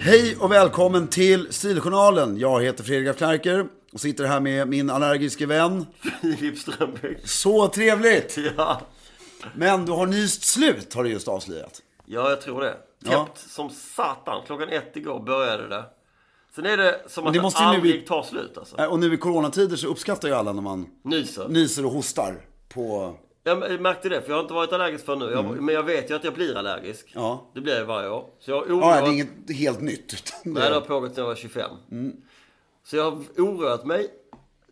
Hej och välkommen till Stiljournalen. Jag heter Fredrik af Knarker och sitter här med min allergiske vän. Filip Strömbäck. Så trevligt! Ja. Men du har nyst slut har du just avslöjat. ja, jag tror det. Täppt Ja. som satan. Klockan ett igår började det. Sen är det som att det det, måste ju nu aldrig bli- tar slut alltså. Äh, Och nu i coronatider så uppskattar ju alla när man Nyser. nyser och hostar på... Jag märkte det, för jag har inte varit allergisk för nu. Jag, Men jag vet ju att jag blir allergisk. Mm. Ja. Det blir jag varje år. Så jag har oroat... Ja, det är inget helt nytt. Utan Nej, det har det... Mm. pågått sedan jag var 25. Så jag har oroat mig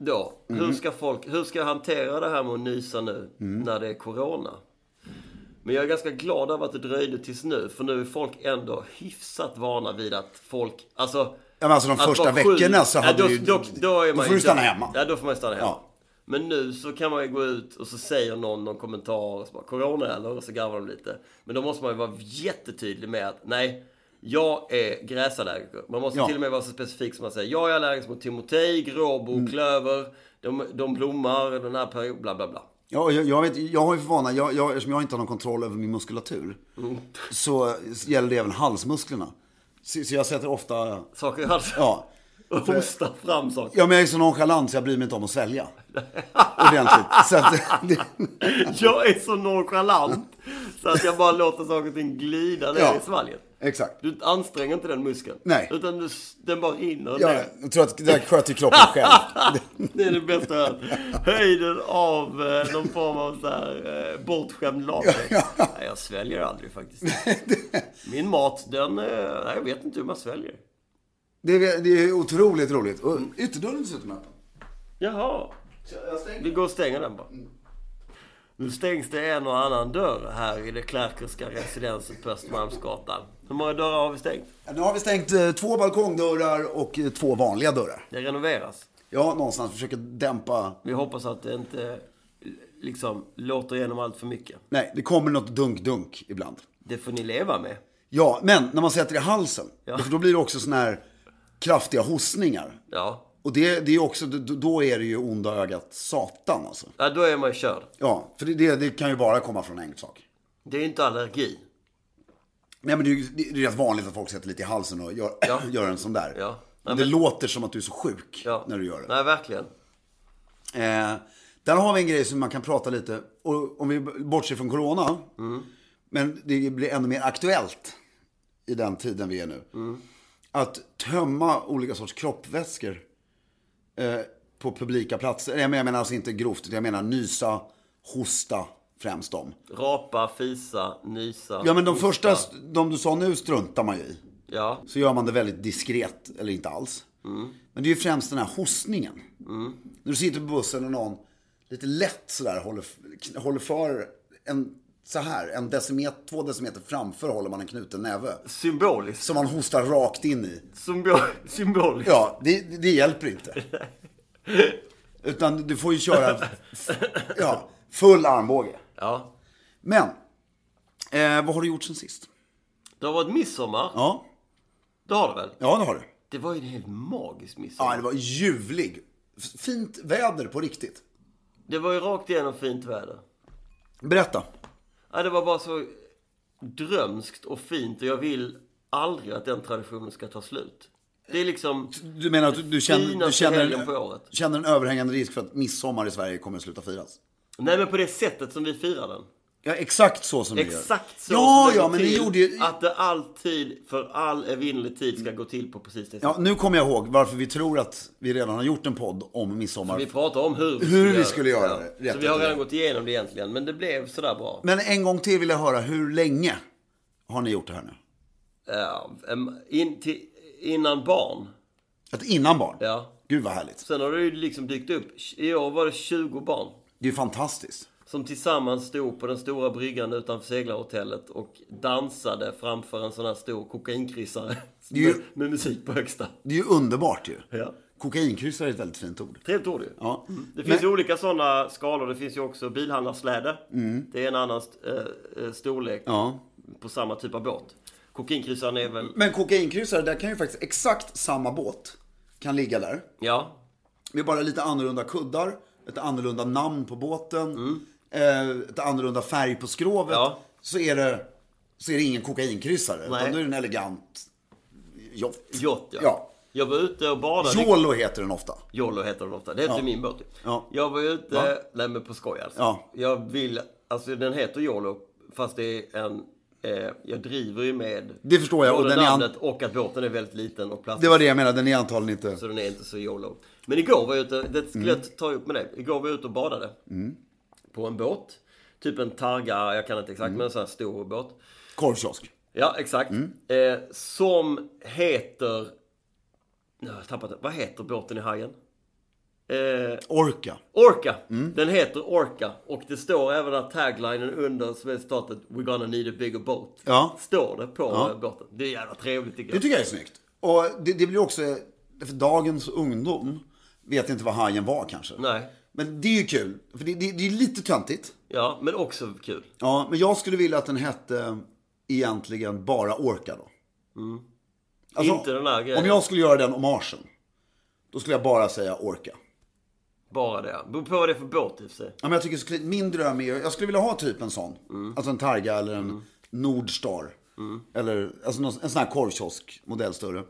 då. Mm. Hur, ska folk, hur ska jag hantera det här med att nysa nu när det är corona? Men jag är ganska glad över att det dröjde tills nu, för nu är folk ändå hyfsat vana vid att folk... Alltså, men alltså de att första vara sjuk- veckorna så hade då, ju- då, då, är då man får du ju- stanna hemma. Ja, då får man ju stanna hemma. Ja. Men nu så kan man ju gå ut och så säger någon någon kommentar och så bara corona eller och så garvar de lite. Men då måste man ju vara jättetydlig med att nej, jag är gräsallergiker. Man måste Ja. till och med vara så specifik som man säger. Jag är allergisk mot timotej, gråbo, Mm. klöver, de, de blommar den här perioden, bla bla bla. Ja, och jag, jag, vet, jag har ju för vana, jag, jag, eftersom jag inte har någon kontroll över min muskulatur, Mm. så gäller det även halsmusklerna. Så, så jag sätter ofta... Saker i halsen. Ja. Och hostar fram saker. Ja, men jag är så nonchalant så jag bryr mig inte om att svälja. Ordentligt. Så att, det, Jag är så nonchalant så att jag bara låter saker och ting glida ner Ja. i svalget. exakt. Du anstränger inte den muskeln. Nej. Utan du, den bara rinner Ja, ner. jag tror att det där sköter kroppen själv. Det är det bästa jag hört. Höjden av eh, någon form av så här, eh, bortskämd latning. Nej, jag sväljer aldrig faktiskt. Min mat, den... eh, Nej, jag vet inte hur man sväljer. Det är, det är otroligt roligt. Och Mm. ytterdörren dessutom är öppen. Jaha. Vi går och stänger den bara. Nu stängs det en och annan dörr här i det Klerkerska residenset på Östermalmsgatan. Hur många dörrar har vi stängt? Ja, Nu har vi stängt eh, två balkongdörrar och eh, två vanliga dörrar. Det renoveras. Ja, någonstans försöker dämpa. Vi hoppas att det inte eh, liksom låter igenom allt för mycket. Nej, det kommer något dunk-dunk ibland. Det får ni leva med. Ja, men när man sätter det i halsen. Ja. För då blir det också sådana här kraftiga hostningar. Ja. Och det, det är också, då- då är det ju onda ögat satan alltså. ja, då är man ju körd. Ja, för det, det, det kan ju bara komma från en sak. Det är ju inte allergi. Nej men det är ju det det är rätt vanligt att folk sätter lite i halsen och gör, Ja. gör en sån där. Ja. Men det låter som att du är så sjuk Ja. när du gör det. Nej, verkligen. Eh, där har vi en grej som man kan prata lite, och om vi bortser från corona. Mm. Men det blir ännu mer aktuellt i den tiden vi är nu. Mm. Att tömma olika sorts kroppsvätskor eh, på publika platser. Nej, men Jag menar alltså inte grovt, utan jag menar nysa, hosta främst dem. Rapa, fisa, nysa. Ja men de hosta. första, de du sa nu struntar man ju i. Ja, Mm. så gör man det väldigt diskret, eller inte alls. Men det är ju främst den här hostningen. När du sitter på bussen och någon lite lätt sådär håller, håller för en, så här, en decimeter, två decimeter framför håller man en knuten näve. symboliskt. Som man hostar rakt in i. Symbol, symboliskt. Ja, det, det hjälper inte. Utan du får ju köra ja, full armbåge. Ja. Men, eh, vad har du gjort sen sist? Det har varit midsommar. Ja, Det har det väl? ja det har du. Det var ju en helt magisk midsommar. Ja, det var ljuvlig. Fint väder på riktigt. Det var ju rakt igenom fint väder. Berätta. Ja, det var bara så drömskt och fint och jag vill aldrig att den traditionen ska ta slut. Det är liksom... Du menar att du, du, känner, du Finaste helgen på känner, året. känner en överhängande risk för att midsommar i Sverige kommer att sluta firas? Nej men på det sättet som vi firar den. Ja, exakt så som du gör. Exakt så Ja, som ja, går men det till, gjorde ju... Att det alltid, för all evinnerlig tid, ska gå till på precis det sättet. Ja, nu kommer jag ihåg varför vi tror att vi redan har gjort en podd om midsommar. Vi pratar om hur vi Hur vi göra skulle göra det, rätt Så vi har upp och redan ner. gått igenom det egentligen, men det blev sådär bra. Men en gång till vill jag höra, hur länge har ni gjort det här nu? Ja, Eh, em, in, till, innan barn. Att innan barn? Ja. Gud vad härligt. Sen har det ju liksom dykt upp. I år var det 20 barn. Det är ju fantastiskt. Som tillsammans stod på den stora bryggan utanför seglarhotellet och dansade framför en sån här stor kokainkryssare. ju- Med, med musik på högsta. Det är ju underbart ju. Ja. Kokainkryssare är ett väldigt fint ord. Trevligt ord ju. Ja. Det finns ju olika sådana skalor. Det finns ju också bilhandlarsläde. Det är en annan st- eh, eh, storlek Mm. Ja. på samma typ av båt. Kokainkryssaren är väl... Men kokainkryssare, där kan ju faktiskt exakt samma båt kan ligga där. Ja. Med bara lite annorlunda kuddar, ett annorlunda namn på båten, eh, ett annorlunda färg på skrovet. Mm. Ja. Så, är det, så är det ingen kokainkryssare, utan Nej. då är det en elegant yacht. Yacht ja. Ja. Jag var ute och badade. Jolo heter den ofta. Jollo heter den ofta. Det heter min båt. Ja. Jag var ute, Ja. nej men på skoj alltså. Ja. Jag vill, alltså den heter Jollo fast det är en, eh, jag driver ju med Det förstår jag, och både den är an- namnet och att båten är väldigt liten och plastig. Det var det jag menade, den är antagligen inte... Så den är inte så YOLO. Men igår var jag ute, det skulle Mm. jag ta upp med dig. Igår var jag ute och badade. På en båt. Typ en Targa, jag kan inte exakt, Mm. men en sån här stor båt. Korvkiosk. Ja, exakt. Mm. Eh, som heter... Nu har jag tappat det. Vad heter båten i Hajen? Eh, Orka. Orca. Mm. Den heter Orca. Och det står även där taglinen under som är citatet We're gonna need a bigger boat. Ja. Står det på eh, båten. Det är jävla trevligt tycker Det jag. tycker jag är snyggt. Och det, det blir också, för dagens ungdom vet inte vad hajen var kanske. Nej. Men det är ju kul, för det, det, det är lite töntigt. Ja, men också kul. Ja, men jag skulle vilja att den hette egentligen bara Orka då. Alltså, Mm. Inte den här grejen. Om jag skulle göra den hommagen, då skulle jag bara säga Orka. Bara det. Beror på vad det är för båt i och för sig. Ja, men jag tycker, så- min dröm är ju, jag skulle vilja ha typ en sån. Mm. Alltså en Targa eller en Nordstar. Eller alltså någon, en sån här korvkiosk, modell större.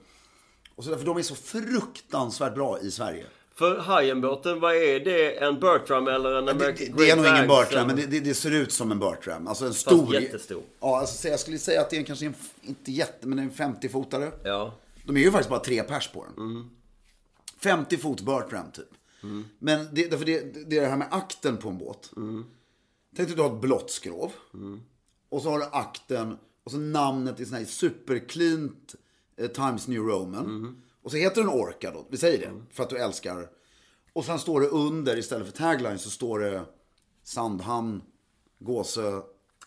Och så, där, för de är så fruktansvärt bra i Sverige. För Hajenbåten, vad är det? En Bertram eller en Det, American det, det är nog ingen Banks Bertram, men eller- det, det, det ser ut som en Bertram. Alltså en stor. jättestor. Ja, alltså, så jag skulle säga att det är kanske en, f- inte jätte, men en 50-fotare. Ja. De är ju faktiskt bara tre pers på den. 50 fot Bertram typ. Men det, därför det, det är det här med akten på en båt. Tänk dig att du har ett blått skrov. Mm. Och så har du akten och så namnet i sån här supercleant eh, Times New Roman. Mm. Och så heter den Orca då, vi säger det, för att du älskar. Och sen står det under, istället för tagline, så står det Sandhamn, Gåsö,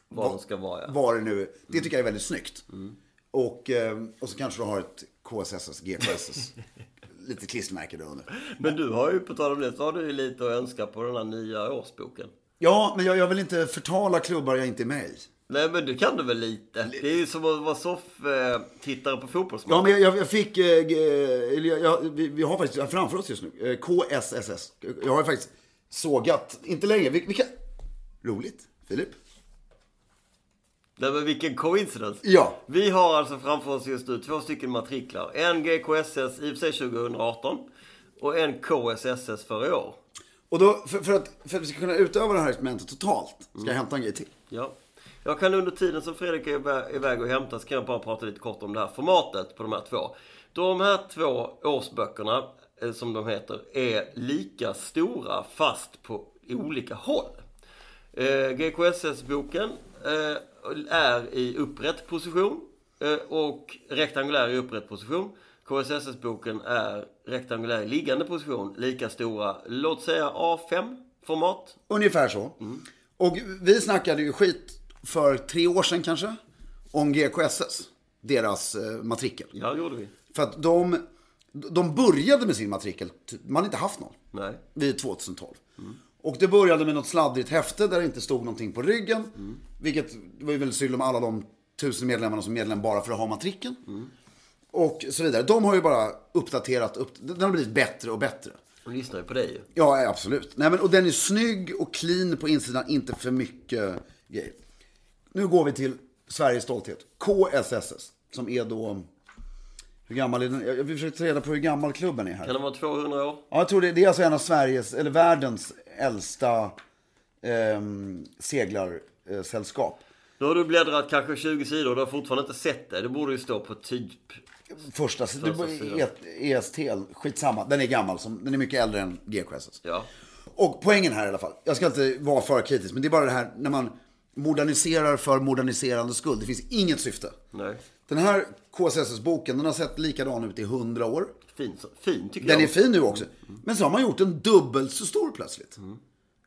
Var de ska vara, ja. Mm. var det nu. Det tycker jag är väldigt snyggt. Och, eh, och så kanske du har ett KSSS, GKSS. lite klistermärke där under. Men du har ju, på tal om det, så har du ju lite att önska på den här nya årsboken. Ja, men jag, jag vill inte förtala klubbar jag inte är med i. Nej, men du kan du väl lite? Det är ju som att vara soff-tittare på fotbollsmatch. Ja, men jag, jag fick... eh, eh, eller jag, jag, vi, vi har faktiskt framför oss just nu. eh, KSSS. Jag har faktiskt sågat, inte längre. Vi, vi kan... Roligt, Filip. Nej, men vilken coincidence. Ja. Vi har alltså framför oss just nu två stycken matriklar. En GKSS, i och för sig 2018, och en KSSS för i år. Och då, för, för, att, för att vi ska kunna utöva det här experimentet totalt, ska jag hämta en grej till. Ja. Jag kan under tiden som Fredrik är iva- iväg och hämtar så kan jag bara prata lite kort om det här formatet på de här två. De här två årsböckerna, eh, som de heter, är lika stora fast på i olika håll. Eh, GKSS-boken eh, är i upprätt position eh, och rektangulär i upprätt position. KSSS-boken är rektangulär i liggande position, lika stora, låt säga A5-format. Ungefär så. Och vi snackade ju skit för tre år sedan kanske. Om GKSS. Deras eh, matrikel. Ja, gjorde vi. För att de, de började med sin matrikel. typ- Man hade inte haft någon. Nej. Vid 2012. Och det började med något sladdrigt häfte där det inte stod någonting på ryggen. Vilket var ju väldigt synd om alla de tusen medlemmarna som är medlem bara för att ha matrikeln. Och så vidare. De har ju bara uppdaterat, upp, den har blivit bättre och bättre. De lyssnar ju på dig ju. Ja, absolut. Nej, men, och den är snygg och clean på insidan, inte för mycket grejer. Nu går vi till Sveriges stolthet. KSSS. Som är då... Hur gammal är den? Jag jag försöker ta reda på hur gammal klubben är här. Kan det vara 200 år? Ja, jag tror det. Det är alltså en av Sveriges, eller världens äldsta ehm, seglarsällskap. Då har du bläddrat kanske 20 sidor och du har fortfarande inte sett det. Det borde ju stå på typ... Första, Första det, E ESTL, skitsamma. Den är gammal, som, den är mycket äldre än GKSS. Ja. Och poängen här i alla fall, jag ska inte vara för kritisk, men det är bara det här när man moderniserar för moderniserandets skull. Det finns inget syfte. Nej. Den här KSSS-boken, den har sett likadan ut i hundra år. Fin, så- fin tycker Den jag. är fin nu också. Men så har man gjort den dubbelt så stor plötsligt.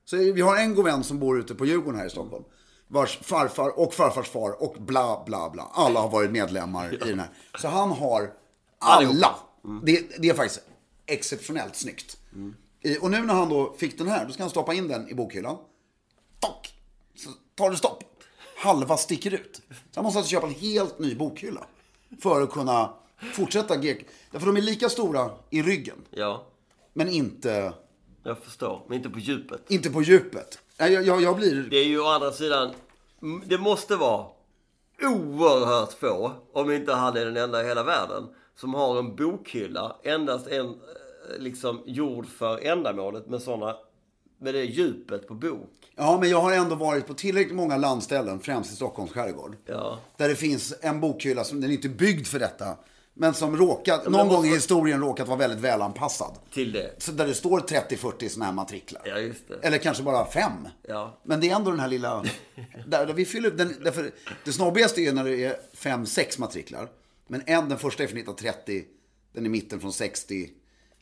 Så vi har en god vän som bor ute på Djurgården här i Stockholm. Vars farfar och farfars far och bla bla bla. Alla har varit medlemmar i den här. Så han har alla. Det, det är faktiskt exceptionellt snyggt. I- Och nu när han då fick den här, då ska han stoppa in den i bokhyllan. Tack! Så tar det stopp. Halva sticker ut. Så han måste alltså köpa en helt ny bokhylla. För att kunna fortsätta GK. Därför de är lika stora i ryggen. Ja, Men inte, jag förstår. Men inte på djupet. inte på djupet. Nej, Jag, jag, jag blir... Det är ju å andra sidan, m- det måste vara oerhört få, om inte han är den enda i hela världen, som har en bokhylla, endast en eh, liksom gjord för ändamålet med sådana, med det djupet på bok. Ja, men jag har ändå varit på tillräckligt många landställen, främst i Stockholms skärgård. Ja. Där det finns en bokhylla som den är inte byggd för detta. Men som råkat, någon måste- gång i historien råkat vara väldigt välanpassad. Till det. Så där det står 30-40 sådana här matriklar. Ja, just det. Eller kanske bara fem. Ja. Men det är ändå den här lilla... Där, där vi fyller upp den, därför, det snobbigaste är när det är fem, sex matriklar. Men en, den första är från 1930. Den i mitten från 60.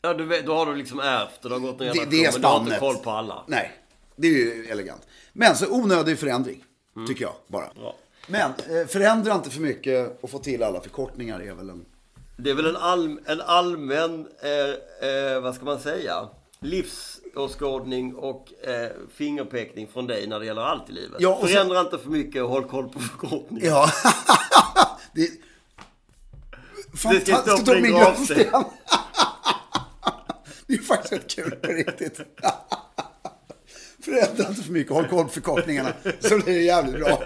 Ja, du vet, då har du liksom ärvt och det har gått en Det, generation, det är men du har inte spannet. koll på alla. Nej, det är ju elegant. Men så onödig förändring, Mm. tycker jag bara. Bra. Men eh, förändra inte för mycket och få till alla förkortningar är väl en... Det är väl en, allm, en allmän, eh, eh, vad ska man säga, livsåskådning och eh, fingerpekning från dig när det gäller allt i livet. Ja, och så- Förändra inte för mycket och håll koll på förkortningar. Ja. det är... Fantastiskt stå på om min din gravsten. gravsten. det är faktiskt rätt kul på riktigt. Förändra inte för mycket, håll koll på förkortningarna så blir det jävligt bra.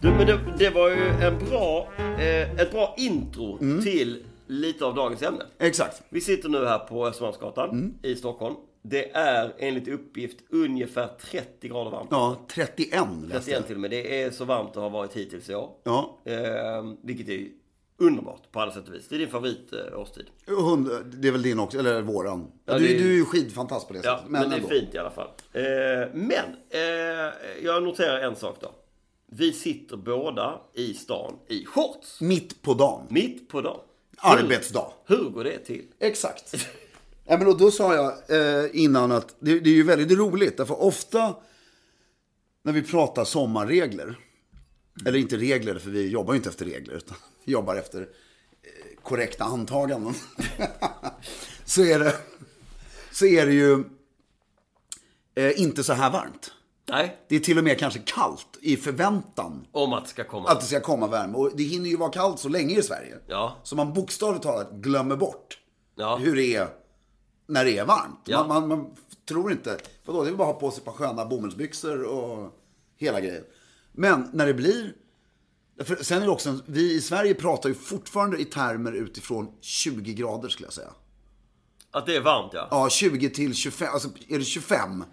Du, men det, det var ju en bra, eh, ett bra intro till lite av dagens ämne. Mm. Exakt. Mm. Vi sitter nu här på Östermalmsgatan i Stockholm. Det är enligt uppgift ungefär 30 grader varmt. Ja, 31 läste 31 jag. till och med. Det är så varmt det har varit hittills i år. Ja. Eh, vilket är underbart på alla sätt och vis. Det är din favoritårstid. Eh, årstid. Hund, det är väl din också, eller våran. Ja, du, det är- du är ju skidfantast på det ja, sättet. men det är ändå. fint i alla fall. Eh, men eh, jag noterar en sak då. Vi sitter båda i stan i shorts. Mitt på dagen. Mitt på dagen. Arbetsdag. Hur, hur går det till? Exakt. Ja, men och då sa jag eh, innan att det, det är ju väldigt roligt. Därför ofta när vi pratar sommarregler. Eller inte regler, för vi jobbar ju inte efter regler. Utan vi jobbar efter eh, korrekta antaganden. så, är det, så är det ju eh, inte så här varmt. Nej, Det är till och med kanske kallt i förväntan om att det ska komma. att det ska komma värme. Och det hinner ju vara kallt så länge i Sverige. Ja. Så man bokstavligt talat glömmer bort Ja. hur det är när det är varmt. Ja. Man, man, man tror inte, vadå, det är bara att ha på sig ett par sköna bomullsbyxor och hela grejen. Men när det blir... För sen är det också, en, vi i Sverige pratar ju fortfarande i termer utifrån 20 grader skulle jag säga. Att det är varmt ja. Ja, 20 till 25, alltså är det 25,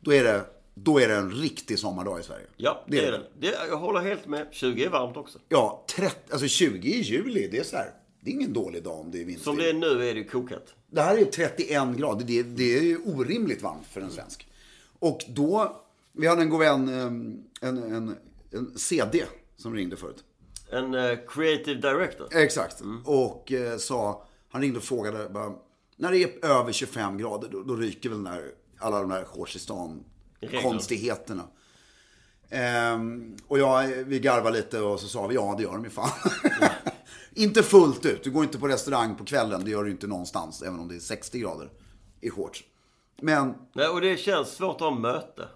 då är det, då är det en riktig sommardag i Sverige. Ja, det är det. det. Jag håller helt med. 20 är varmt också. Ja, 30, alltså 20 i juli, det är så här. Det är ingen dålig dag om det är vinter. Som det är nu är det ju kokat. Det här är ju 31 grader. Det, det är ju orimligt varmt för en svensk. Och då, vi hade en god vän, eh, en, en, en CD som ringde förut. En eh, creative director. Exakt. Och eh, sa, han ringde och frågade bara, När det är över 25 grader, då, då ryker väl den här, alla de där shorts i stan-konstigheterna. Ehm, och jag, vi garvade lite och så sa vi, ja det gör de ju fan. inte fullt ut, du går inte på restaurang på kvällen, det gör du inte någonstans, även om det är 60 grader i shorts. Men Nej, och det känns svårt att ha möte.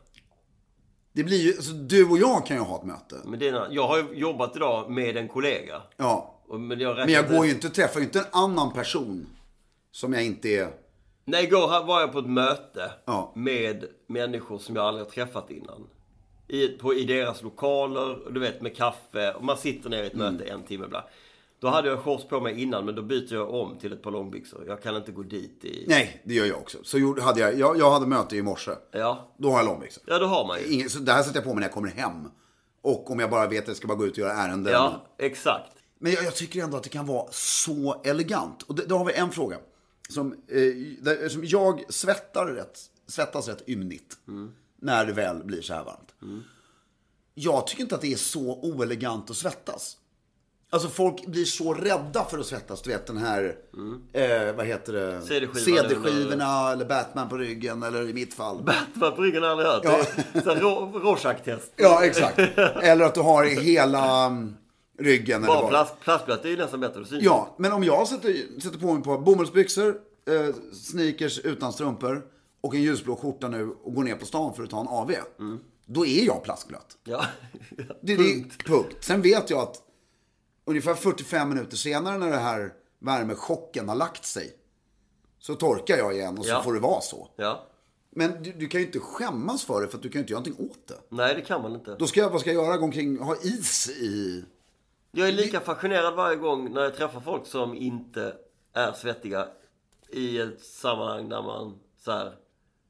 det blir ju, alltså, du och jag kan ju ha ett möte. Med dina, jag har ju jobbat idag med en kollega. Ja. Och- Men jag, Men jag går ju inte och träffar ju inte en annan person som jag inte är... Nej, igår här var jag på ett möte Ja. med människor som jag aldrig har träffat innan. I, på, I deras lokaler, och du vet med kaffe. Och man sitter ner i ett Mm. möte en timme bla. Då hade jag shorts på mig innan, men då byter jag om till ett par långbyxor. Jag kan inte gå dit i... Nej, det gör jag också. Så gjorde, hade jag, jag, jag hade möte i morse. Ja. Då har jag långbyxor. ja, det har man ju. Ingen- Så det här sätter jag på mig när jag kommer hem. Och om jag bara vet att jag ska bara gå ut och göra ärenden. Ja, exakt. Men jag, jag tycker ändå att det kan vara så elegant. Och det, då har vi en fråga. Som, eh, där, som jag svettar rätt, svettas rätt ymnigt. När det väl blir så här varmt. Jag tycker inte att det är så oelegant att svettas. Alltså folk blir så rädda för att svettas. Du vet den här, eh, vad heter det? CD-skivan CD-skivorna eller Batman på ryggen eller i mitt fall. Batman på ryggen har jag aldrig hört. Det är så här Ro- Rorschach-test. Ja, exakt. Eller att du har hela mm, ryggen. eller Bara vad. plast, plastblöt, det är ju nästan bättre. att synas. Ja, men om jag sätter, sätter på mig på bomullsbyxor, eh, sneakers utan strumpor och en ljusblå skjorta nu och går ner på stan för att ta en AV. Då är jag plastglöt. Mm. Ja. Det, punkt. Det, punkt. Sen vet jag att ungefär 45 minuter senare när det här värmechocken har lagt sig så torkar jag igen och så Ja. får det vara så. ja. Men du, du kan ju inte skämmas för det för att du kan ju inte göra någonting åt det. Nej, det kan man inte. Då ska jag, vad ska jag göra? Gå omkring och ha is i... Jag är lika fascinerad varje gång när jag träffar folk som inte är svettiga i ett sammanhang där man så här.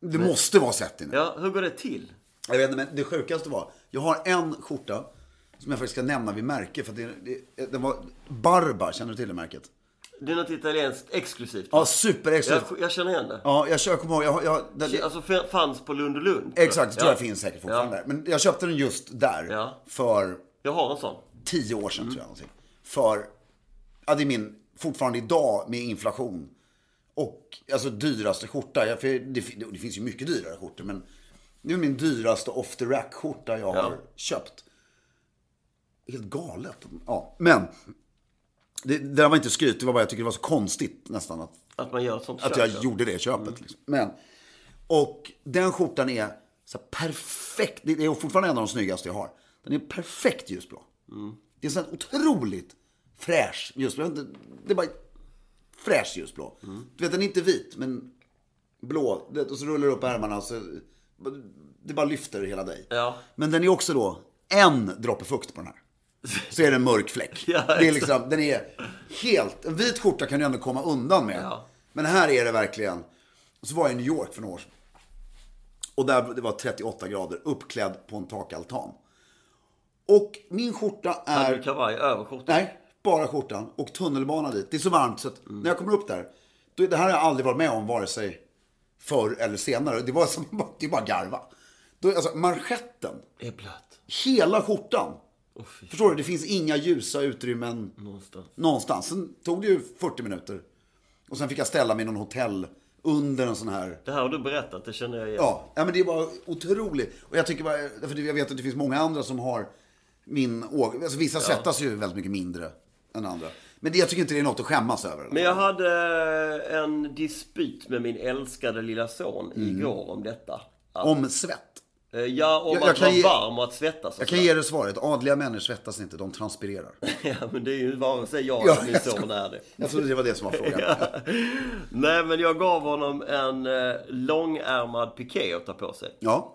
Det måste vara sett inne. Ja, hur går det till? Jag vet inte, men det sjukaste var, jag har en skjorta som jag faktiskt ska nämna vid märke, för att det, det, den var Barba, känner du till det märket? Det är något italienskt exklusivt. Ja, superexklusivt. Jag, jag känner igen det. Ja, jag, kö- jag kommer ihåg, jag, jag, det, det, Alltså f- fanns på Lund och Lund. tror jag. exakt, det tror Ja. jag finns säkert fortfarande. Ja. Men jag köpte den just där, Ja. för Jag har en sån. tio år sedan tror jag någonting. För, ja det är min, fortfarande idag med inflation. Och alltså dyraste skjorta. Jag, för det, fin- det finns ju mycket dyrare skjortor men. Det är min dyraste off the rack skjorta jag har köpt. Helt galet. Ja, men. Det, det där var inte skryt, det var bara jag tycker det var så konstigt nästan att Att man gör ett sånt att köp, jag ja. gjorde det köpet. Liksom. Men, och den skjortan är så här perfekt. Det är fortfarande en av de snyggaste jag har. Den är perfekt ljusblå. Det är så här otroligt fräsch ljusblå. Jag vet inte, Det är bara fräsch ljusblå. Du vet, den är inte vit, men blå. Det- Och så rullar du upp ärmarna och så... Det bara lyfter hela dig. Ja. Men den är också då en droppe fukt på den här. Så är det en mörk fläck. Ja, det är liksom, den är helt... En vit skjorta kan du ändå komma undan med. Ja. Men här är det verkligen... Så var jag i New York för några år sedan. Och där det var 38 grader, uppklädd på en takaltan. Och min skjorta Hade är... du kavaj över skjortan? Nej, bara skjortan och tunnelbana dit. Det är så varmt så att Mm. när jag kommer upp där. då- Det här har jag aldrig varit med om vare sig förr eller senare. Det var som, det är bara garva. Då, alltså manschetten, Det är blött. hela skjortan. Åh, fy. Förstår du? Det finns inga ljusa utrymmen Någonstans. någonstans. Sen tog det ju 40 minuter. Och sen fick jag ställa mig i någon hotell under en sån här Det här har du berättat, det känner jag igen. Ja, ja men det var otroligt. Och jag tycker bara, för jag vet att det finns många andra som har min åk. Alltså vissa svettas ju väldigt mycket mindre än andra. Men det, jag tycker inte det är något att skämmas över. Men jag hade eh, en dispyt med min älskade lilla son Mm. igår om detta. Att, Om svett. eh, ja, om Jag- jag att kan vara ge- varm och att svettas och Jag kan sådär. ge dig svaret. Adliga människor svettas inte, de transpirerar. Ja, men det är ju vare sig jag Ja, eller min jag skojar. son är det. Jag trodde det var det som var frågan. Nej, men jag gav honom en eh, långärmad piké att ta på sig. Ja,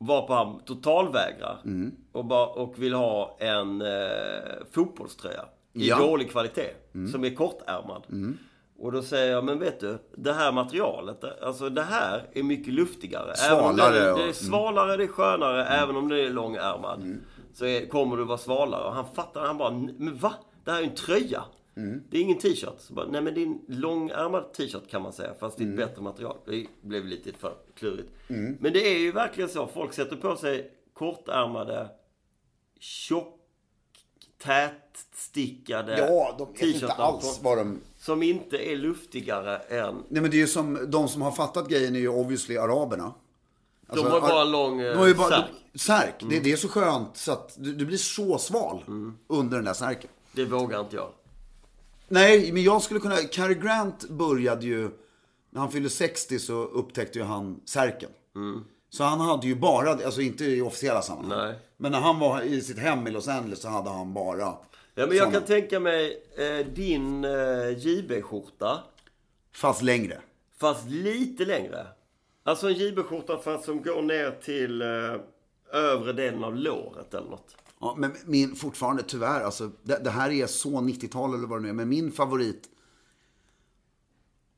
Varpå han totalvägrar. Mm. Och, bara, och vill ha en eh, fotbollströja. I Ja. Mm. dålig kvalitet. Som är kortärmad. Och då säger jag, men vet du, det här materialet, alltså det här är mycket luftigare. Svalare Även om och- mm. det, det är svalare, det är skönare, även om det är långärmad. Så är, kommer du vara svalare. Och han fattar, han bara, men va? Det här är ju en tröja. Mm. Det är ingen t-shirt. Så bara, Nej men det är en långärmad t-shirt kan man säga, fast det är ett Mm. bättre material. Det blev lite för klurigt. Men det är ju verkligen så, folk sätter på sig kortärmade, tjock tätstickade Ja, de vet inte t-shirtar alls på- vad de... Som inte är luftigare än... Nej men det är ju som, de som har fattat grejen är ju obviously araberna. Alltså, De har bara en lång De eh, har ju bara, särk. Mm. särk. Det, det är så skönt så att du, du blir så sval under den där särken. Det vågar inte jag. Nej, men jag skulle kunna... Cary Grant började ju... När han fyllde 60 så upptäckte ju han särken. Så han hade ju bara, alltså inte i officiella sammanhang. Mm. Nej. Men när han var i sitt hem i Los Angeles så hade han bara... Ja, men jag såna. kan tänka mig eh, din eh, JB-skjorta. Fast längre. Fast lite längre. Alltså en JB-skjorta fast som går ner till eh, övre delen av låret eller något. Ja, men min, fortfarande tyvärr, alltså, det, det här är så 90-tal eller vad det nu är, men min favorit...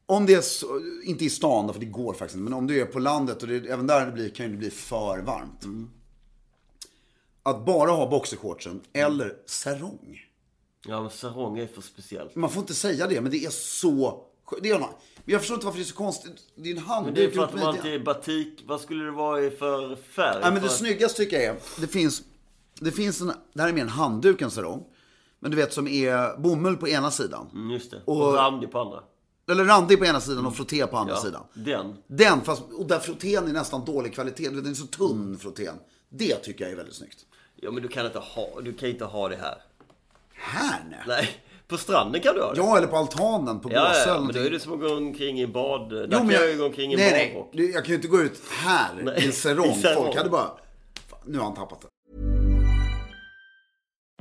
Om det är så, inte i stan, då, för det går faktiskt inte, men om du är på landet och det, även där det blir, kan det bli för varmt. Mm. Att bara ha boxershortsen eller sarong. Ja, men sarong är för speciellt. Man får inte säga det, men det är så... skö- Det är, men jag förstår inte varför det är så konstigt. Din hand Men det är dyker för upp att man lite. inte är batik. Vad skulle det vara i för färg? Ja, men För det att- snyggaste tycker jag är, det finns, det finns en, det här är mer en handduk än sarong. Men du vet som är bomull på ena sidan. Mm, Just det. Och, randig på andra. Eller randig på ena sidan och frotté på andra Ja, sidan. Den. Den, fast, och där frottén är nästan dålig kvalitet, du vet, den är så Mm. tunn frottén. Det tycker jag är väldigt snyggt. Ja, men du kan inte ha, du kan inte ha det här. Här nej. Nej, på stranden kan du ha det. Ja, eller på altanen på typ. ja, Gåsö ja, eller men då någonting. är det som att gå omkring i en bad... Där kan jag ju gå omkring i en nej, nej, badrock. Du, jag kan ju inte gå ut här Nej, i en sarong. i sarong. Folk hade bara, fan, nu har han tappat det.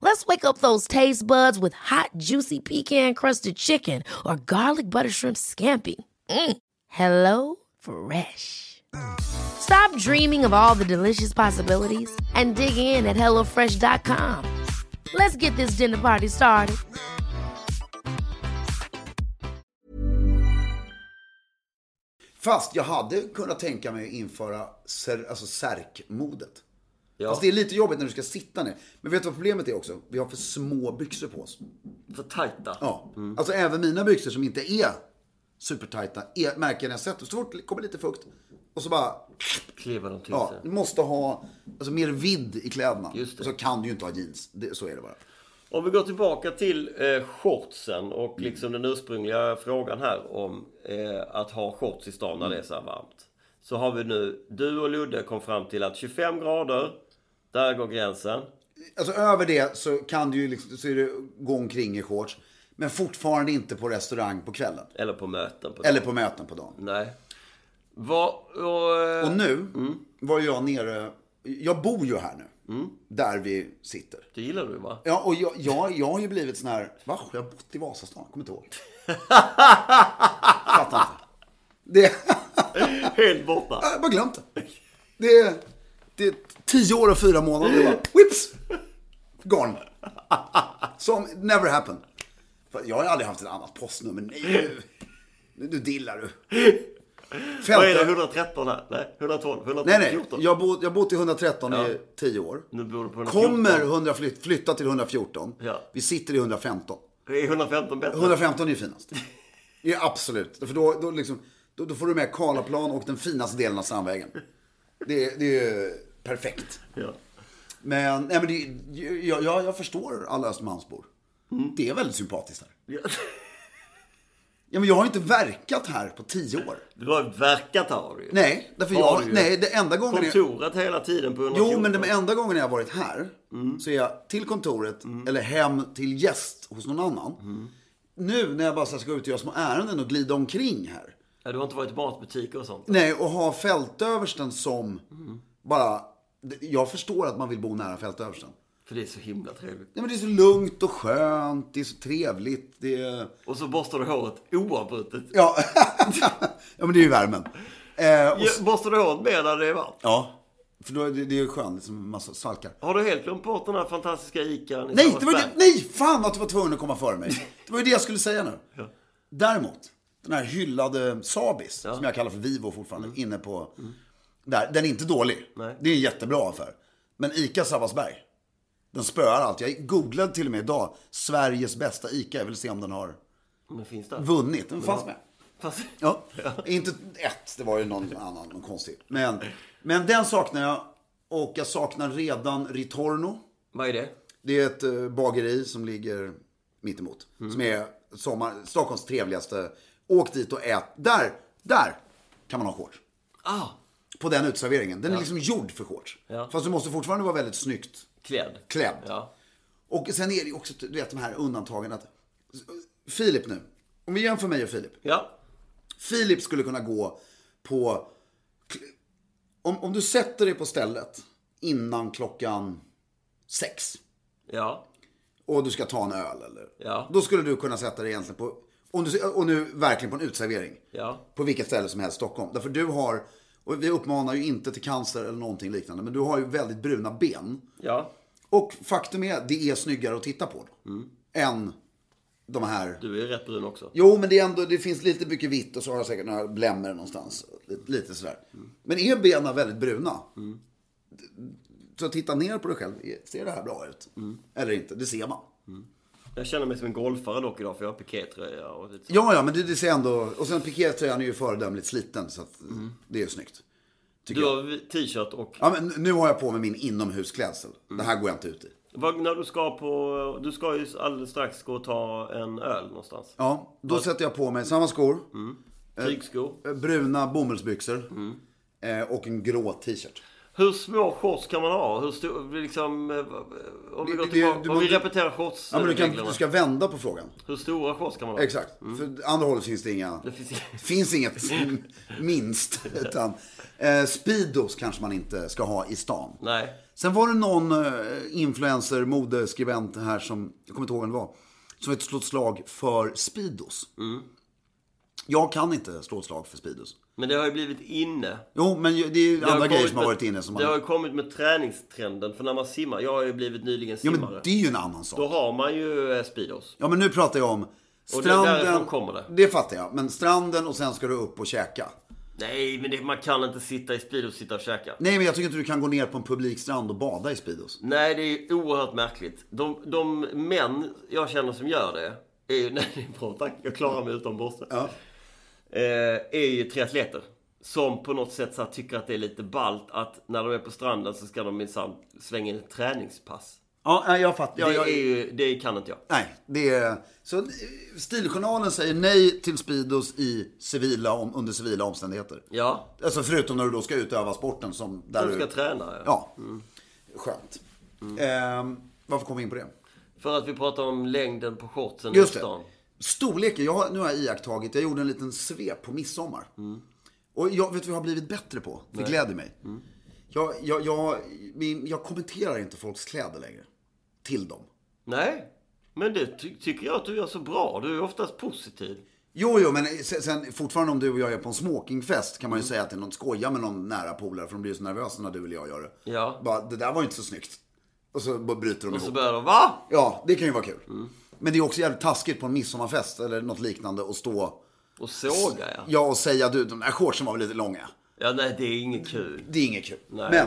Let's wake up those taste buds with hot, juicy pecan crusted chicken or garlic butter shrimp scampi. Mm. Hello Fresh. Stop dreaming of all the delicious possibilities and dig in at HelloFresh.com. Let's get this dinner party started. Fast jag hade kunnat tänka mig att införa ser, alltså särkmodet. Ja, Fast Alltså, det är lite jobbigt när du ska sitta ner. Men vet du vad problemet är också? Vi har för små byxor på oss. för tajta. Ja. Mm. Alltså även mina byxor som inte är supertajta är, märker jag när jag sätter. Så fort det kommer lite fukt och så bara... Kliver de till Ja, sig. du måste ha alltså, mer vidd i kläderna. Just det. Så kan du ju inte ha jeans. Det, så är det bara. Om vi går tillbaka till eh, shortsen och liksom den ursprungliga frågan här om eh, att ha shorts i stan när det är så här varmt. Så har vi nu, du och Ludde kom fram till att 25 grader, där går gränsen. Alltså över det så kan du ju liksom, så är det gå omkring i shorts. Men fortfarande inte på restaurang på kvällen. Eller på möten. På Eller på möten på dagen. Nej. Vad... Och, eh, Och nu var jag nere, jag bor ju här nu. Mm. Där vi sitter. det gillar du va? Ja, och jag, jag, jag har ju blivit sån här, va? Jag har bott i Vasastan, kommer inte ihåg. Fattar inte. Det, Helt borta. jag har bara glömt det. Det, det är tio år och fyra månader och jag bara, whips! Gone. Som never happened. För Jag har ju aldrig haft ett annat postnummer. Nej, nu, nu, nu dillar du. Vad är det? Fälte- 113 här? Nej, 112? 114? Nej, nej. Jag har bott, jag har bott i 113 i 10 år. Nu bor du på 114. Kommer 100 flyt, flytta till 114. Ja. Vi sitter i 115. Är 115 bättre? 115 är ju finast. Ja, absolut. För då, då, liksom, då, då får du med Karlaplan och den finaste delen av Strandvägen. Det, är- det är ju perfekt. Ja. Men, nej, men det, jag, jag, jag förstår alla Östermalmsbor. Det är väldigt sympatiskt här. Ja. Ja, men jag har inte verkat här på 10 år. Du har verkat här har du ju. Nej, därför Har jag, du ju. nej, det enda gången... jag- Kontoret hela tiden på 114. Jo, men den enda gången jag har varit här så är jag till kontoret eller hem till gäst hos någon annan. Nu när jag bara så här ska ut och göra små ärenden och glida omkring här. Ja, du har inte varit i matbutiker och sånt? Nej, och ha fältöversten som bara... Jag förstår att man vill bo nära fältöversten. För För det är så himla trevligt. Nej, men det är så lugnt och skönt, det är så trevligt. Det är... Och så borstar du håret oavbrutet. Ja. ja, men det är ju värmen. Eh, och... Ja, s- Borstar du håret mer när det är varmt? Ja, för då är det, det är ju skönt, liksom massa svalkar. Har du helt glömt bort den här fantastiska ICAn i Nej, det var det, Sabbatsberg? nej, fan att du var tvungen att komma före mig. Det var ju det jag skulle säga nu. Däremot, den här hyllade Sabis, som jag kallar för Vivo fortfarande, inne på... Där, den är inte dålig. Nej. Det är en jättebra affär. Men ICA Sabbatsberg, den spöar allt. Jag googlade till och med idag, Sveriges bästa ICA. Jag vill se om den har Men finns det? vunnit. Den fanns med. Fast... Ja. Inte ett, det var ju någon annan, någon konstig. Men, men den saknar jag. Och jag saknar redan Ritorno. Vad är det? Det är ett eh, bageri som ligger mittemot. Mm. Som är sommar, Stockholms trevligaste. Åk dit och ät. Där, där kan man ha shorts. Ah, På den utserveringen. Den är liksom gjord för shorts. Ja. Fast du måste fortfarande vara väldigt snyggt klädd. klädd. Ja. Och sen är det ju också, du vet de här undantagen att Filip nu. Om vi jämför mig och Filip. Ja. Filip skulle kunna gå på... Om, om du sätter dig på stället innan klockan sex Ja. och du ska ta en öl eller... Ja. Då skulle du kunna sätta dig egentligen på... Om du, och nu verkligen på en utservering. Ja. På vilket ställe som helst i Stockholm. Därför du har... Och vi uppmanar ju inte till cancer eller någonting liknande. Men du har ju väldigt bruna ben. Ja. Och faktum är, det är snyggare att titta på då. Mm. Än de här... Du är ju rätt brun också. Jo, men det, är ändå, det finns lite mycket vitt och så har jag säkert några blämmor någonstans. Lite, lite sådär. Mm. Men är benen väldigt bruna? Så titta ner på dig själv. Ser det här bra ut? Mm. Eller inte? Det ser man. Jag känner mig som en golfare dock idag för jag har pikétröja och lite så. Ja, ja, men det, det ser ändå... Och sen pikétröjan är ju föredömligt sliten. Så att Mm. det är ju snyggt. Tycker Du jag. har vi- t-shirt och... Ja, men nu har jag på mig min inomhusklädsel. Mm. Det här går jag inte ut i. Vad, när du ska på... Du ska ju alldeles strax gå och ta en öl någonstans. Ja, då sätter jag på mig samma skor. Mm. Flygskor. eh, Bruna bomullsbyxor. Mm. eh, Och en grå t-shirt. Hur små shorts kan man ha? Hur stor... Liksom... eh, Om vi, går Det- det- tillbaka, du om vi måste- repeterar shorts Ja, men du, kan, reglerna. du ska vända på frågan. Hur stora shorts kan man ha? Exakt. För andra hållet finns det inga... Det finns inga- finns inget minst. Utan, eh, speedos kanske man inte ska ha i stan. Nej. Sen var det någon eh, influencer, modeskribent här som, jag kommer inte ihåg vem det var, som ett slå ett slag för Speedos. Mm. Jag kan inte slå ett slag för Speedos. Men det har ju blivit inne. Jo, men ju- det är ju Det har andra grejer kommit som har med- varit inne som man... Det har ju kommit med träningstrenden. För när man simmar. Jag har ju blivit nyligen Ja, simmare. men det är ju en annan sak. Då har man ju eh, Speedos. Ja, men nu pratar jag om Och det- stranden. därifrån kommer det. det fattar jag. Men stranden och sen ska du upp och käka. Nej, men det, man kan inte sitta i Speedos och sitta och käka. Nej, men jag tycker inte du kan gå ner på en publik strand och bada i Speedos. Nej, det är ju oerhört märkligt. De, de män jag känner som gör det, är ju, nej det är bra tack, jag klarar mig utan borste. Eh, är ju triathleter. Som på något sätt så här, tycker att det är lite ballt att när de är på stranden så ska de minsann slänga in ett träningspass. Ja, nej, jag fattar. det, jag, är ju, det kan inte jag. Nej, det är... Så eh, Stiljournalen säger nej till Speedos i civila, om, under civila omständigheter. Ja, Alltså förutom när du då ska utöva sporten som... Där du ska du... träna. Mm. Ja. Ja. Skönt. Ehm, varför kom vi in på det? För att vi pratar om längden på shortsen Just det. efter. Storleken, jag, har- nu har jag iakttagit, jag gjorde en liten svep på midsommar. Mm. Och jag vet du vad jag har blivit bättre på? Det gläder mig. Jag, jag, jag, min, jag kommenterar inte folks kläder längre. Till dem. Nej, men det ty- tycker jag att du gör så bra. Du är oftast positiv. Jo, jo, men sen, sen fortfarande om du och jag är på en smokingfest kan man Mm. ju säga att det är någon skoja med någon nära polare för de blir ju så nervösa när du eller jag gör det. Ja. Bara, det där var ju inte så snyggt. Och så bara bryter de Och så Mm. ihop. börjar de, va? Ja, det kan ju vara kul. Men det är också jävligt taskigt på en midsommarfest eller något liknande och stå, Och såga ja. ja och säga du, de där shortsen var väl lite långa. Ja, nej det är inget kul. Det är inget kul. Men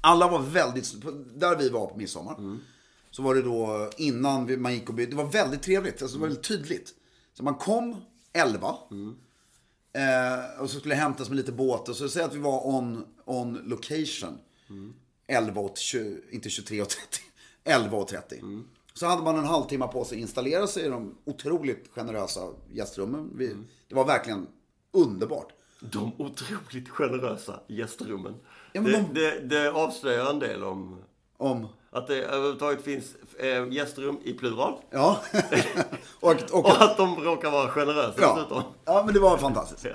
alla var väldigt, där vi var på midsommar. Så var det då innan vi, man gick och bytte, det var väldigt trevligt. Alltså det var väldigt tydligt. Så man kom 11. Eh, och så skulle jag hämtas med lite båt. Och så säg att vi var on, on location. 11 och 20, inte 23 och 30. 11 och 30. Så hade man en halvtimme på sig att installera sig i de otroligt generösa gästrummen. Vi, Det var verkligen underbart. De otroligt generösa gästrummen. Ja, men det, de- det, det avslöjar en del om Om att det överhuvudtaget finns eh, gästrum i plural. Ja. och, och, Och att de råkar vara generösa dessutom. ja. ja, men det var fantastiskt.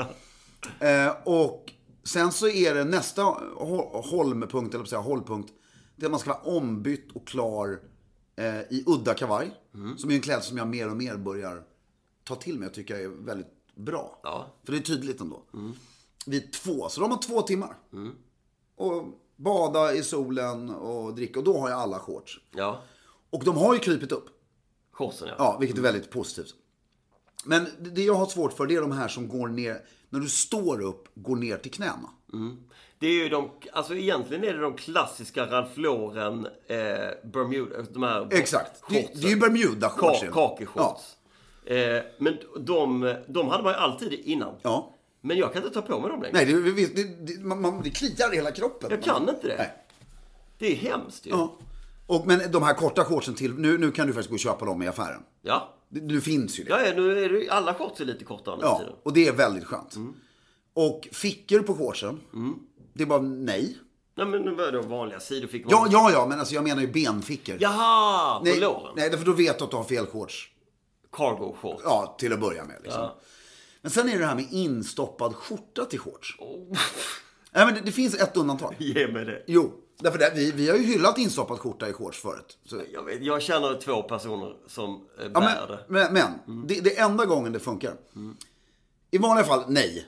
Ja. Eh, och sen så är det nästa hå- hållpunkt, eller på att säga hållpunkt. det är att man ska vara ombytt och klar eh, i udda kavaj. Mm. Som är en klädsel som jag mer och mer börjar ta till mig och tycker är väldigt bra. För det är tydligt ändå. Mm. Vid två, så då har man två timmar. Och bada i solen och dricka. Och då har jag alla shorts. Ja. Och de har ju krypit upp. Shortsen ja. Ja, vilket är väldigt positivt. Men det- det jag har svårt för, det är de här som går ner, när du står upp, går ner till knäna. Mm. Det är ju de, alltså egentligen är det de klassiska Ralph Lauren, eh, Bermuda, de här Exakt. Det, shortsen. det är ju Bermuda-shorts. ju. Ka- Kakeshorts. Eh, men de, de hade man ju alltid innan. Ja. Men jag kan inte ta på mig dem längre. Nej, det, det, det, det, man, man, det kliar i hela kroppen. Jag kan inte det. Nej. Det är hemskt ju. Ja. Och, men de här korta shortsen till, nu, nu kan du faktiskt gå och köpa dem i affären. Ja. Det- Nu finns ju det. Ja, ja, nu är det, ju- alla shorts är lite kortare nu Ja, tiden. och det är väldigt skönt. Mm. Och fickor på shortsen, det är bara nej. Nej, men nu var det vanliga sidofickor. Ja, ja, ja, men alltså jag menar ju benfickor. Jaha! På nej, låren? nej, för då vet du att du har fel shorts. Cargo shorts. Ja, till att börja med. Liksom. Men sen är det det här med instoppad skjorta till shorts. Nej, men det, det finns ett undantag. Ge mig det. Jo, därför det, vi, vi har ju hyllat instoppad skjorta i shorts förut. Så, Jag, vet, jag känner två personer som eh, bär ja, det. men men, men Mm. det, det är enda gången det funkar. I vanliga fall, nej.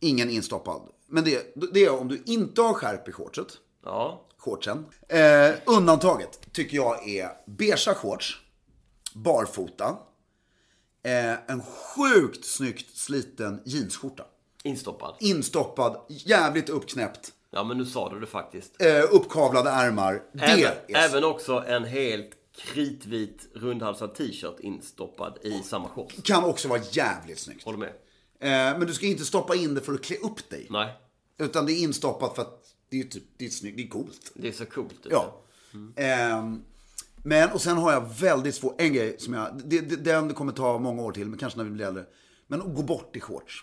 Ingen instoppad. Men det, det är om du inte har skärp i shortset. Ja. shortsen. Eh, undantaget tycker jag är beigea shorts, barfota, eh, en sjukt snyggt sliten jeansskjorta. Instoppad. Instoppad, jävligt uppknäppt, Ja, men nu sa du det faktiskt. eh, uppkavlade ärmar. Det Även, är... även också en helt kritvit rundhalsad t-shirt instoppad i samma shorts. kan också vara jävligt snyggt. Håller med? Eh, men du ska inte stoppa in det för att klä upp dig. Nej. Utan det är instoppat för att det är, ju typ, det är snyggt, det är coolt. Det är så coolt. ut. Ja. Ehm, men, och sen har jag väldigt svårt, en grej som jag, det, det, den kommer ta många år till, men kanske när vi blir äldre. Men att gå bort i shorts.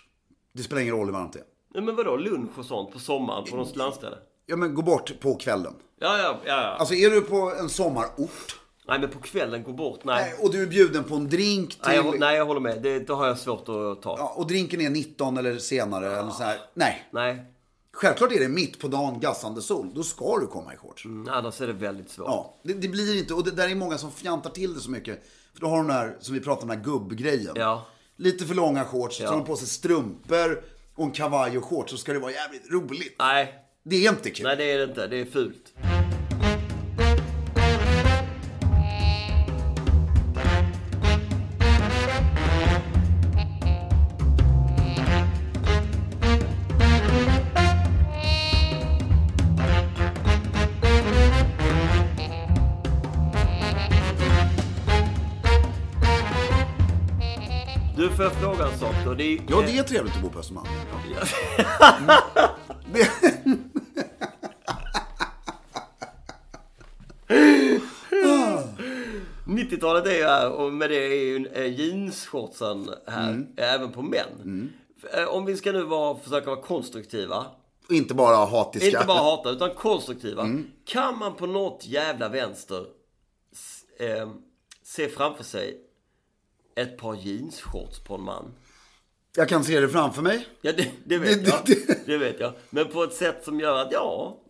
Det spelar ingen roll hur varmt det är. Nej, men vadå? Lunch och sånt på sommaren på något landställe? Ja men gå bort på kvällen. Ja, ja, ja. ja. Alltså är du på en sommarort Nej, men på kvällen, gå bort. Nej. och du är bjuden på en drink till, Nej, jag, nej, jag håller med. Det, det har jag svårt att ta. Ja, och drinken är 19 eller senare eller så här. Nej. Nej. Självklart är det mitt på dagen, gassande sol. Då ska du komma i shorts. Mm, Annars är det väldigt svårt. Ja, det, det blir inte, och det där är många som fjantar till det så mycket. För då har de den här, som vi pratade om, den här gubbgrejen. Ja. Lite för långa shorts, så har de på sig strumpor och en kavaj och shorts så ska det vara jävligt roligt. Nej. Det är inte kul. Nej, det är det inte. Det är fult. Du, får jag fråga en sak då? Det är, Ja, det är trevligt att bo på Östermalm. eh, 90-talet är ju här och med det är ju en- eh, jeansshortsen här, Mm. eh, även på män. Eh, Om vi ska nu vara, försöka vara konstruktiva, Och inte bara hatiska. inte bara hata utan konstruktiva. Mm. Kan man på något jävla vänster s- eh, se framför sig ett par jeansshorts på en man? Jag kan se det framför mig. Ja, det, det vet Det- jag. det- Det vet jag. Men på ett sätt som gör att, ja,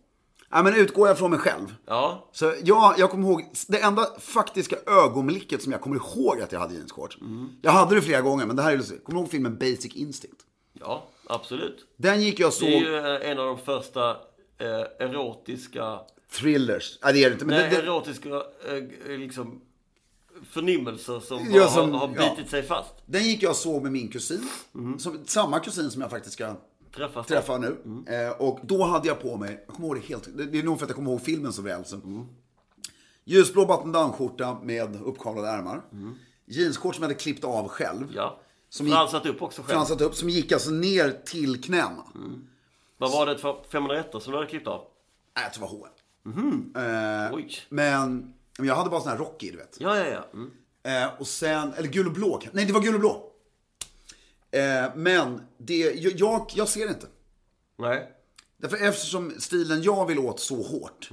Ja, men utgår jag från mig själv. ja, Så jag, jag kommer ihåg, det enda faktiska ögonblicket som jag kommer ihåg att jag hade jeansshorts. Mm. Jag hade det flera gånger, men det här är ju... Kommer du ihåg filmen Basic Instinct? ja, absolut. Den gick jag såg... Det är ju eh, en av de första eh, erotiska, Thrillers. Nej, det är det inte. Men nej, det, det... erotiska eh, liksom förnimmelser som, Ja, har, som- har ja. bitit sig fast. Den gick jag och såg med min kusin. Mhm. Som, samma kusin som jag faktiskt ska Träffas träffa nu. Mm. Eh, och då hade jag på mig, jag kommer ihåg det helt, det, det är nog för att jag kommer ihåg filmen så väl. Så. Mm. Ljusblå button-down-skjorta med uppkavlade ärmar. Jeansshorts som jag hade klippt av själv. Mm. Ja. Som Fransat upp också själv. Mm. Fransat upp, som gick alltså ner till knäna. Vad var det för 501 som du hade klippt av? Nej, jag tror det var H&M. Oj. Men, men jag hade bara sån här rockig, du vet. Ja, ja, ja. Mm. Eh, och sen, eller gul och blå kan- Nej, det var gul och blå. Eh, men det, jag, jag, jag ser det inte. Nej. Därför eftersom stilen jag vill åt så hårt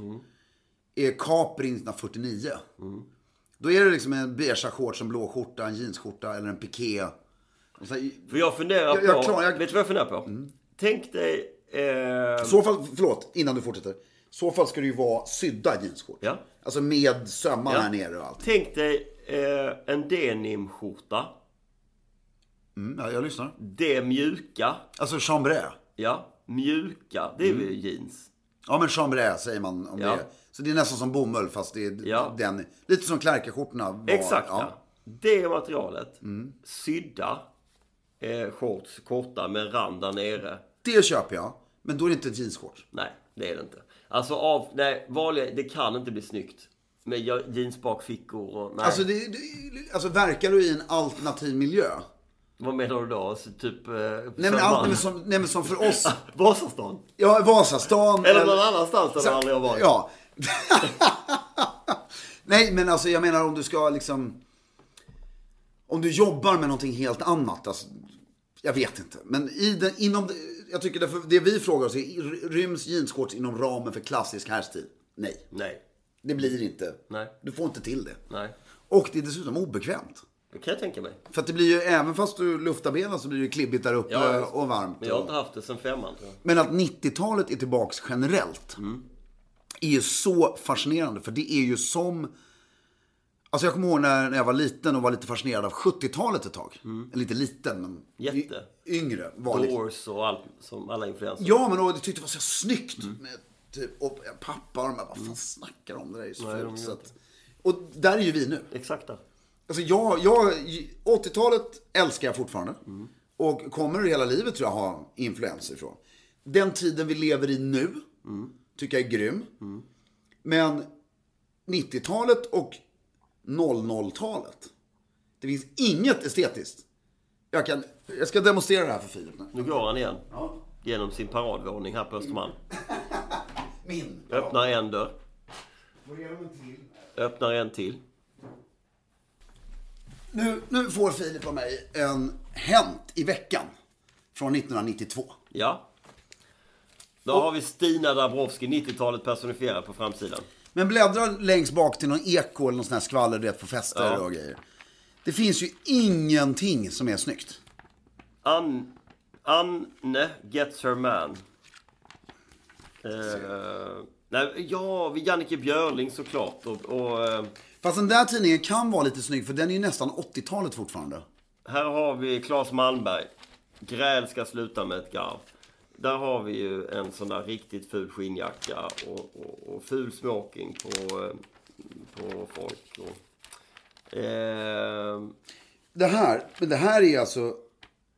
är Capri 1949. Då är det liksom en beigea shorts, en blå skjorta, en jeansskjorta eller en piké. Och sen, För jag funderar Jag- jag Mm. på... klarar- jag- Vet du vad jag funderar på? Tänk dig... Eh, I så fall, förlåt, innan du fortsätter. I så fall ska det ju vara sydda jeansshorts. Ja. Alltså med sömmar Ja. här nere och allt. Tänk dig eh, en denimskjorta. Mm, ja, jag lyssnar. Det mjuka. Alltså chambray. Ja, mjuka. Det är Mm. väl jeans. Ja, men chambray säger man om Ja. det är. Så det är nästan som bomull fast det är Ja. den. Lite som klärkeskjortorna var. Exakt ja. Det materialet. Sydda. Eh, shorts korta med rand där nere. Det köper jag. Men då är det inte jeansshorts. Nej, det är det inte. Alltså av, nej, vanliga, det kan inte bli snyggt. Med ja- jeansbakfickor och, nej. Alltså, det, det, alltså verkar du i en alternativ miljö? Vad menar du då? Alltså, typ... Eh, Nej men, allt, nej, men som, nej men som för oss. Vasastan? Ja, Vasastan. Eller någon annanstans där du aldrig har varit? Ja. nej men alltså jag menar om du ska liksom. Om du jobbar med någonting helt annat. Alltså, jag vet inte. Men i den, inom, det- jag tycker därför, det vi frågar oss är, ryms jeansshorts inom ramen för klassisk herrstil? Nej, Nej. det blir inte. Nej. Du får inte till det. Nej. Och det är dessutom obekvämt. Det kan jag tänka mig. För att det blir ju, även fast du luftar benen så blir det ju klibbigt där uppe Ja, visst. och varmt. Men jag har och- inte haft det sen femman tror jag. Men att 90-talet är tillbaks generellt. Mm. Är ju så fascinerande. För det är ju som... Alltså jag kommer ihåg när, när jag var liten och var lite fascinerad av 70-talet ett tag. Eller inte liten, men... Mm. Jätte. y- Yngre. Var liksom. Doors och allt som alla influenser. Ja, men och jag tyckte det var så snyggt. Mm. Med, typ, och pappa och de här, vad fan snackar de om? Det där är ju så fult. så att- Och där är ju vi nu. Exakt där. Alltså jag, jag 80-talet älskar jag fortfarande. Och kommer hela livet tror jag ha influenser ifrån. Den tiden vi lever i nu, tycker jag är grym. Men 90-talet och 00-talet. Det finns inget estetiskt. Jag, kan, jag ska demonstrera det här för Filip nu. Nu går han igen. Genom sin paradvåning här på Östermalm. Min. Öppnar en dörr. Öppnar en till. Nu, nu får Filip av mig en Hänt i veckan. Från 1992. Ja. Då har vi Stina Dabrowski, 90-talet personifierad på framsidan. Men bläddra längst bak till någon eko eller någon sån här skvaller du vet, på fester Ja. och grejer. Det finns ju ingenting som är snyggt. An, Anne gets her man. Eh, nej, ja, vi- Jannike Björling såklart. Och, och, eh, Fast den där tidningen kan vara lite snygg för den är ju nästan 80-talet fortfarande. här har vi Claes Malmberg. Gräl ska sluta med ett garv. Där har vi ju en sån där riktigt ful skinnjacka och, och, och ful smoking på, eh, på folk. Och, eh, Det här, men det här är alltså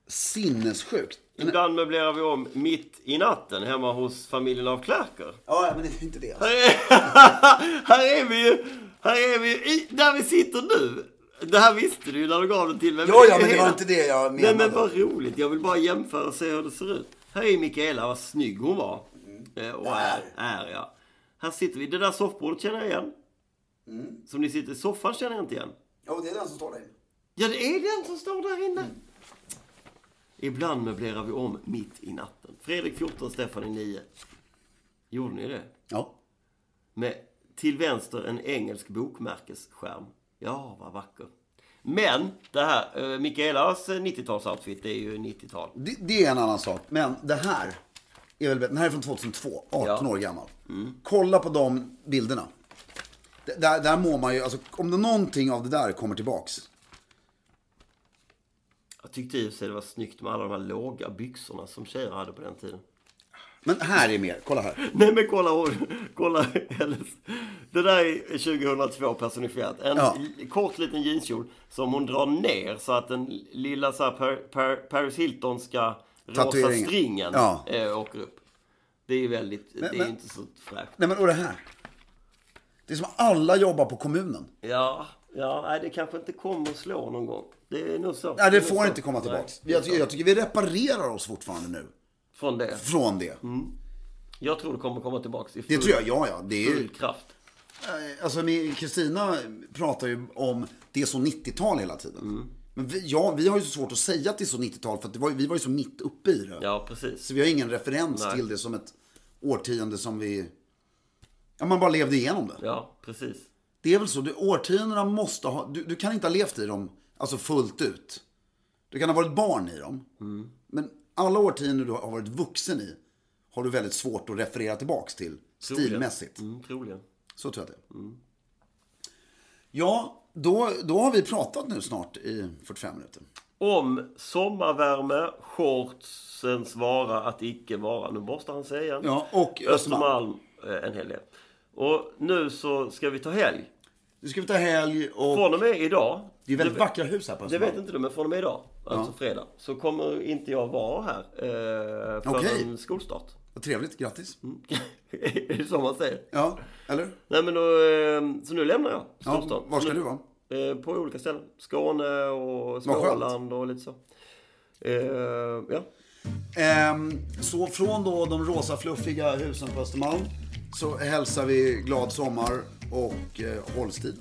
sinnessjukt. ibland möblerar vi om mitt i natten hemma hos familjen av Klerker. Ja, men det är inte det. Här är, här är vi ju, här är vi ju i, där vi sitter nu. Det här visste du ju när du gav det till mig. Ja, ja, är men det var hela- inte det jag Nej, menade. men vad roligt. Jag vill bara jämföra och se hur det ser ut. Här är Mikaela, vad snygg hon var. Mm. Eh, Och är, är ja. Här sitter vi. Det där soffbordet känner jag igen. Mm. Som ni sitter i soffan känner jag inte igen. Jo, det är den som står där inne. Ja, det är den som står där inne. Mm. Ibland möblerar vi om mitt i natten. Fredrik 14, Stefan i 9. Gjorde ni det? Ja. Med till vänster en engelsk bokmärkesskärm. Ja, vad vacker. Men det här, eh, Mikaelas eh, 90-talsoutfit, det är ju 90-tal. Det, det är en annan sak. Men det här är väl bättre. Den här är från 2002, 18 Ja. år gammal. Kolla på de bilderna. D- Där, där mår man ju, alltså om det någonting av det där kommer tillbaks. Jag tyckte i och för sig det var snyggt med alla de här låga byxorna som tjejer hade på den tiden. Men här är mer, kolla här. Nej men kolla hon, kolla Ellis. Det där är 2002 personifierat. En Ja. l- kort liten jeanskjol som hon drar ner så att den lilla så här per, per, Paris Hiltonska rosa Tatueringen. stringen Ja. eh, åker upp. Det är ju väldigt, det är men- ju inte så fräscht. Nej men och det här. Det är som alla jobbar på kommunen. Ja, ja nej, det kanske inte kommer att slå någon gång. Det är nog så. Nej det är nog får så. inte komma tillbaks. Nej, Jag, det är ty- så. jag tycker vi reparerar oss fortfarande nu. Från det. Från det. Mm. Jag tror det kommer komma tillbaks i full, Det tror jag, ja ja. Det är full ju, kraft. Mm. eh, alltså ni- Kristina pratar ju om det är så 90-tal hela tiden. Mm. Men vi, ja, vi har ju så svårt att säga att det är så 90-tal för att det var, ju- vi var ju så mitt uppe i det. Ja, precis. Så vi har ingen referens till det som ett årtionde som vi... Ja, man bara levde igenom det. Ja, precis. Det är väl så, du, årtiondena måste ha... Du, du kan inte ha levt i dem alltså fullt ut. Du kan ha varit barn i dem. Men alla årtionden du har varit vuxen i har du väldigt svårt att referera tillbaks till Stilmässigt. Mm, troligen. Så tror jag att det är. Ja, då, då har vi pratat nu snart i 45 minuter. Om sommarvärme, shortsens vara att icke vara. Nu borstar han sig igen. Ja, och Östermalm. Östermalm eh, en hel del. Och nu så ska vi ta helg. Nu ska vi ta helg och... Från och med idag. Det är väldigt vackra hus här på Det vet Östermalm. inte du, men från och med idag, alltså fredag, så kommer inte jag vara här eh, förrän Okej. skolstart. Vad trevligt, grattis. Mm. Är det så man säger? Ja, eller? Nej men då, eh, så nu lämnar jag Ja, storstan. var ska du vara? Eh, på olika ställen. Skåne och Småland och lite så. Eh, ja. Ehm, så från då de rosa fluffiga husen på Östermalm så hälsar vi glad sommar och eh, håll stilen.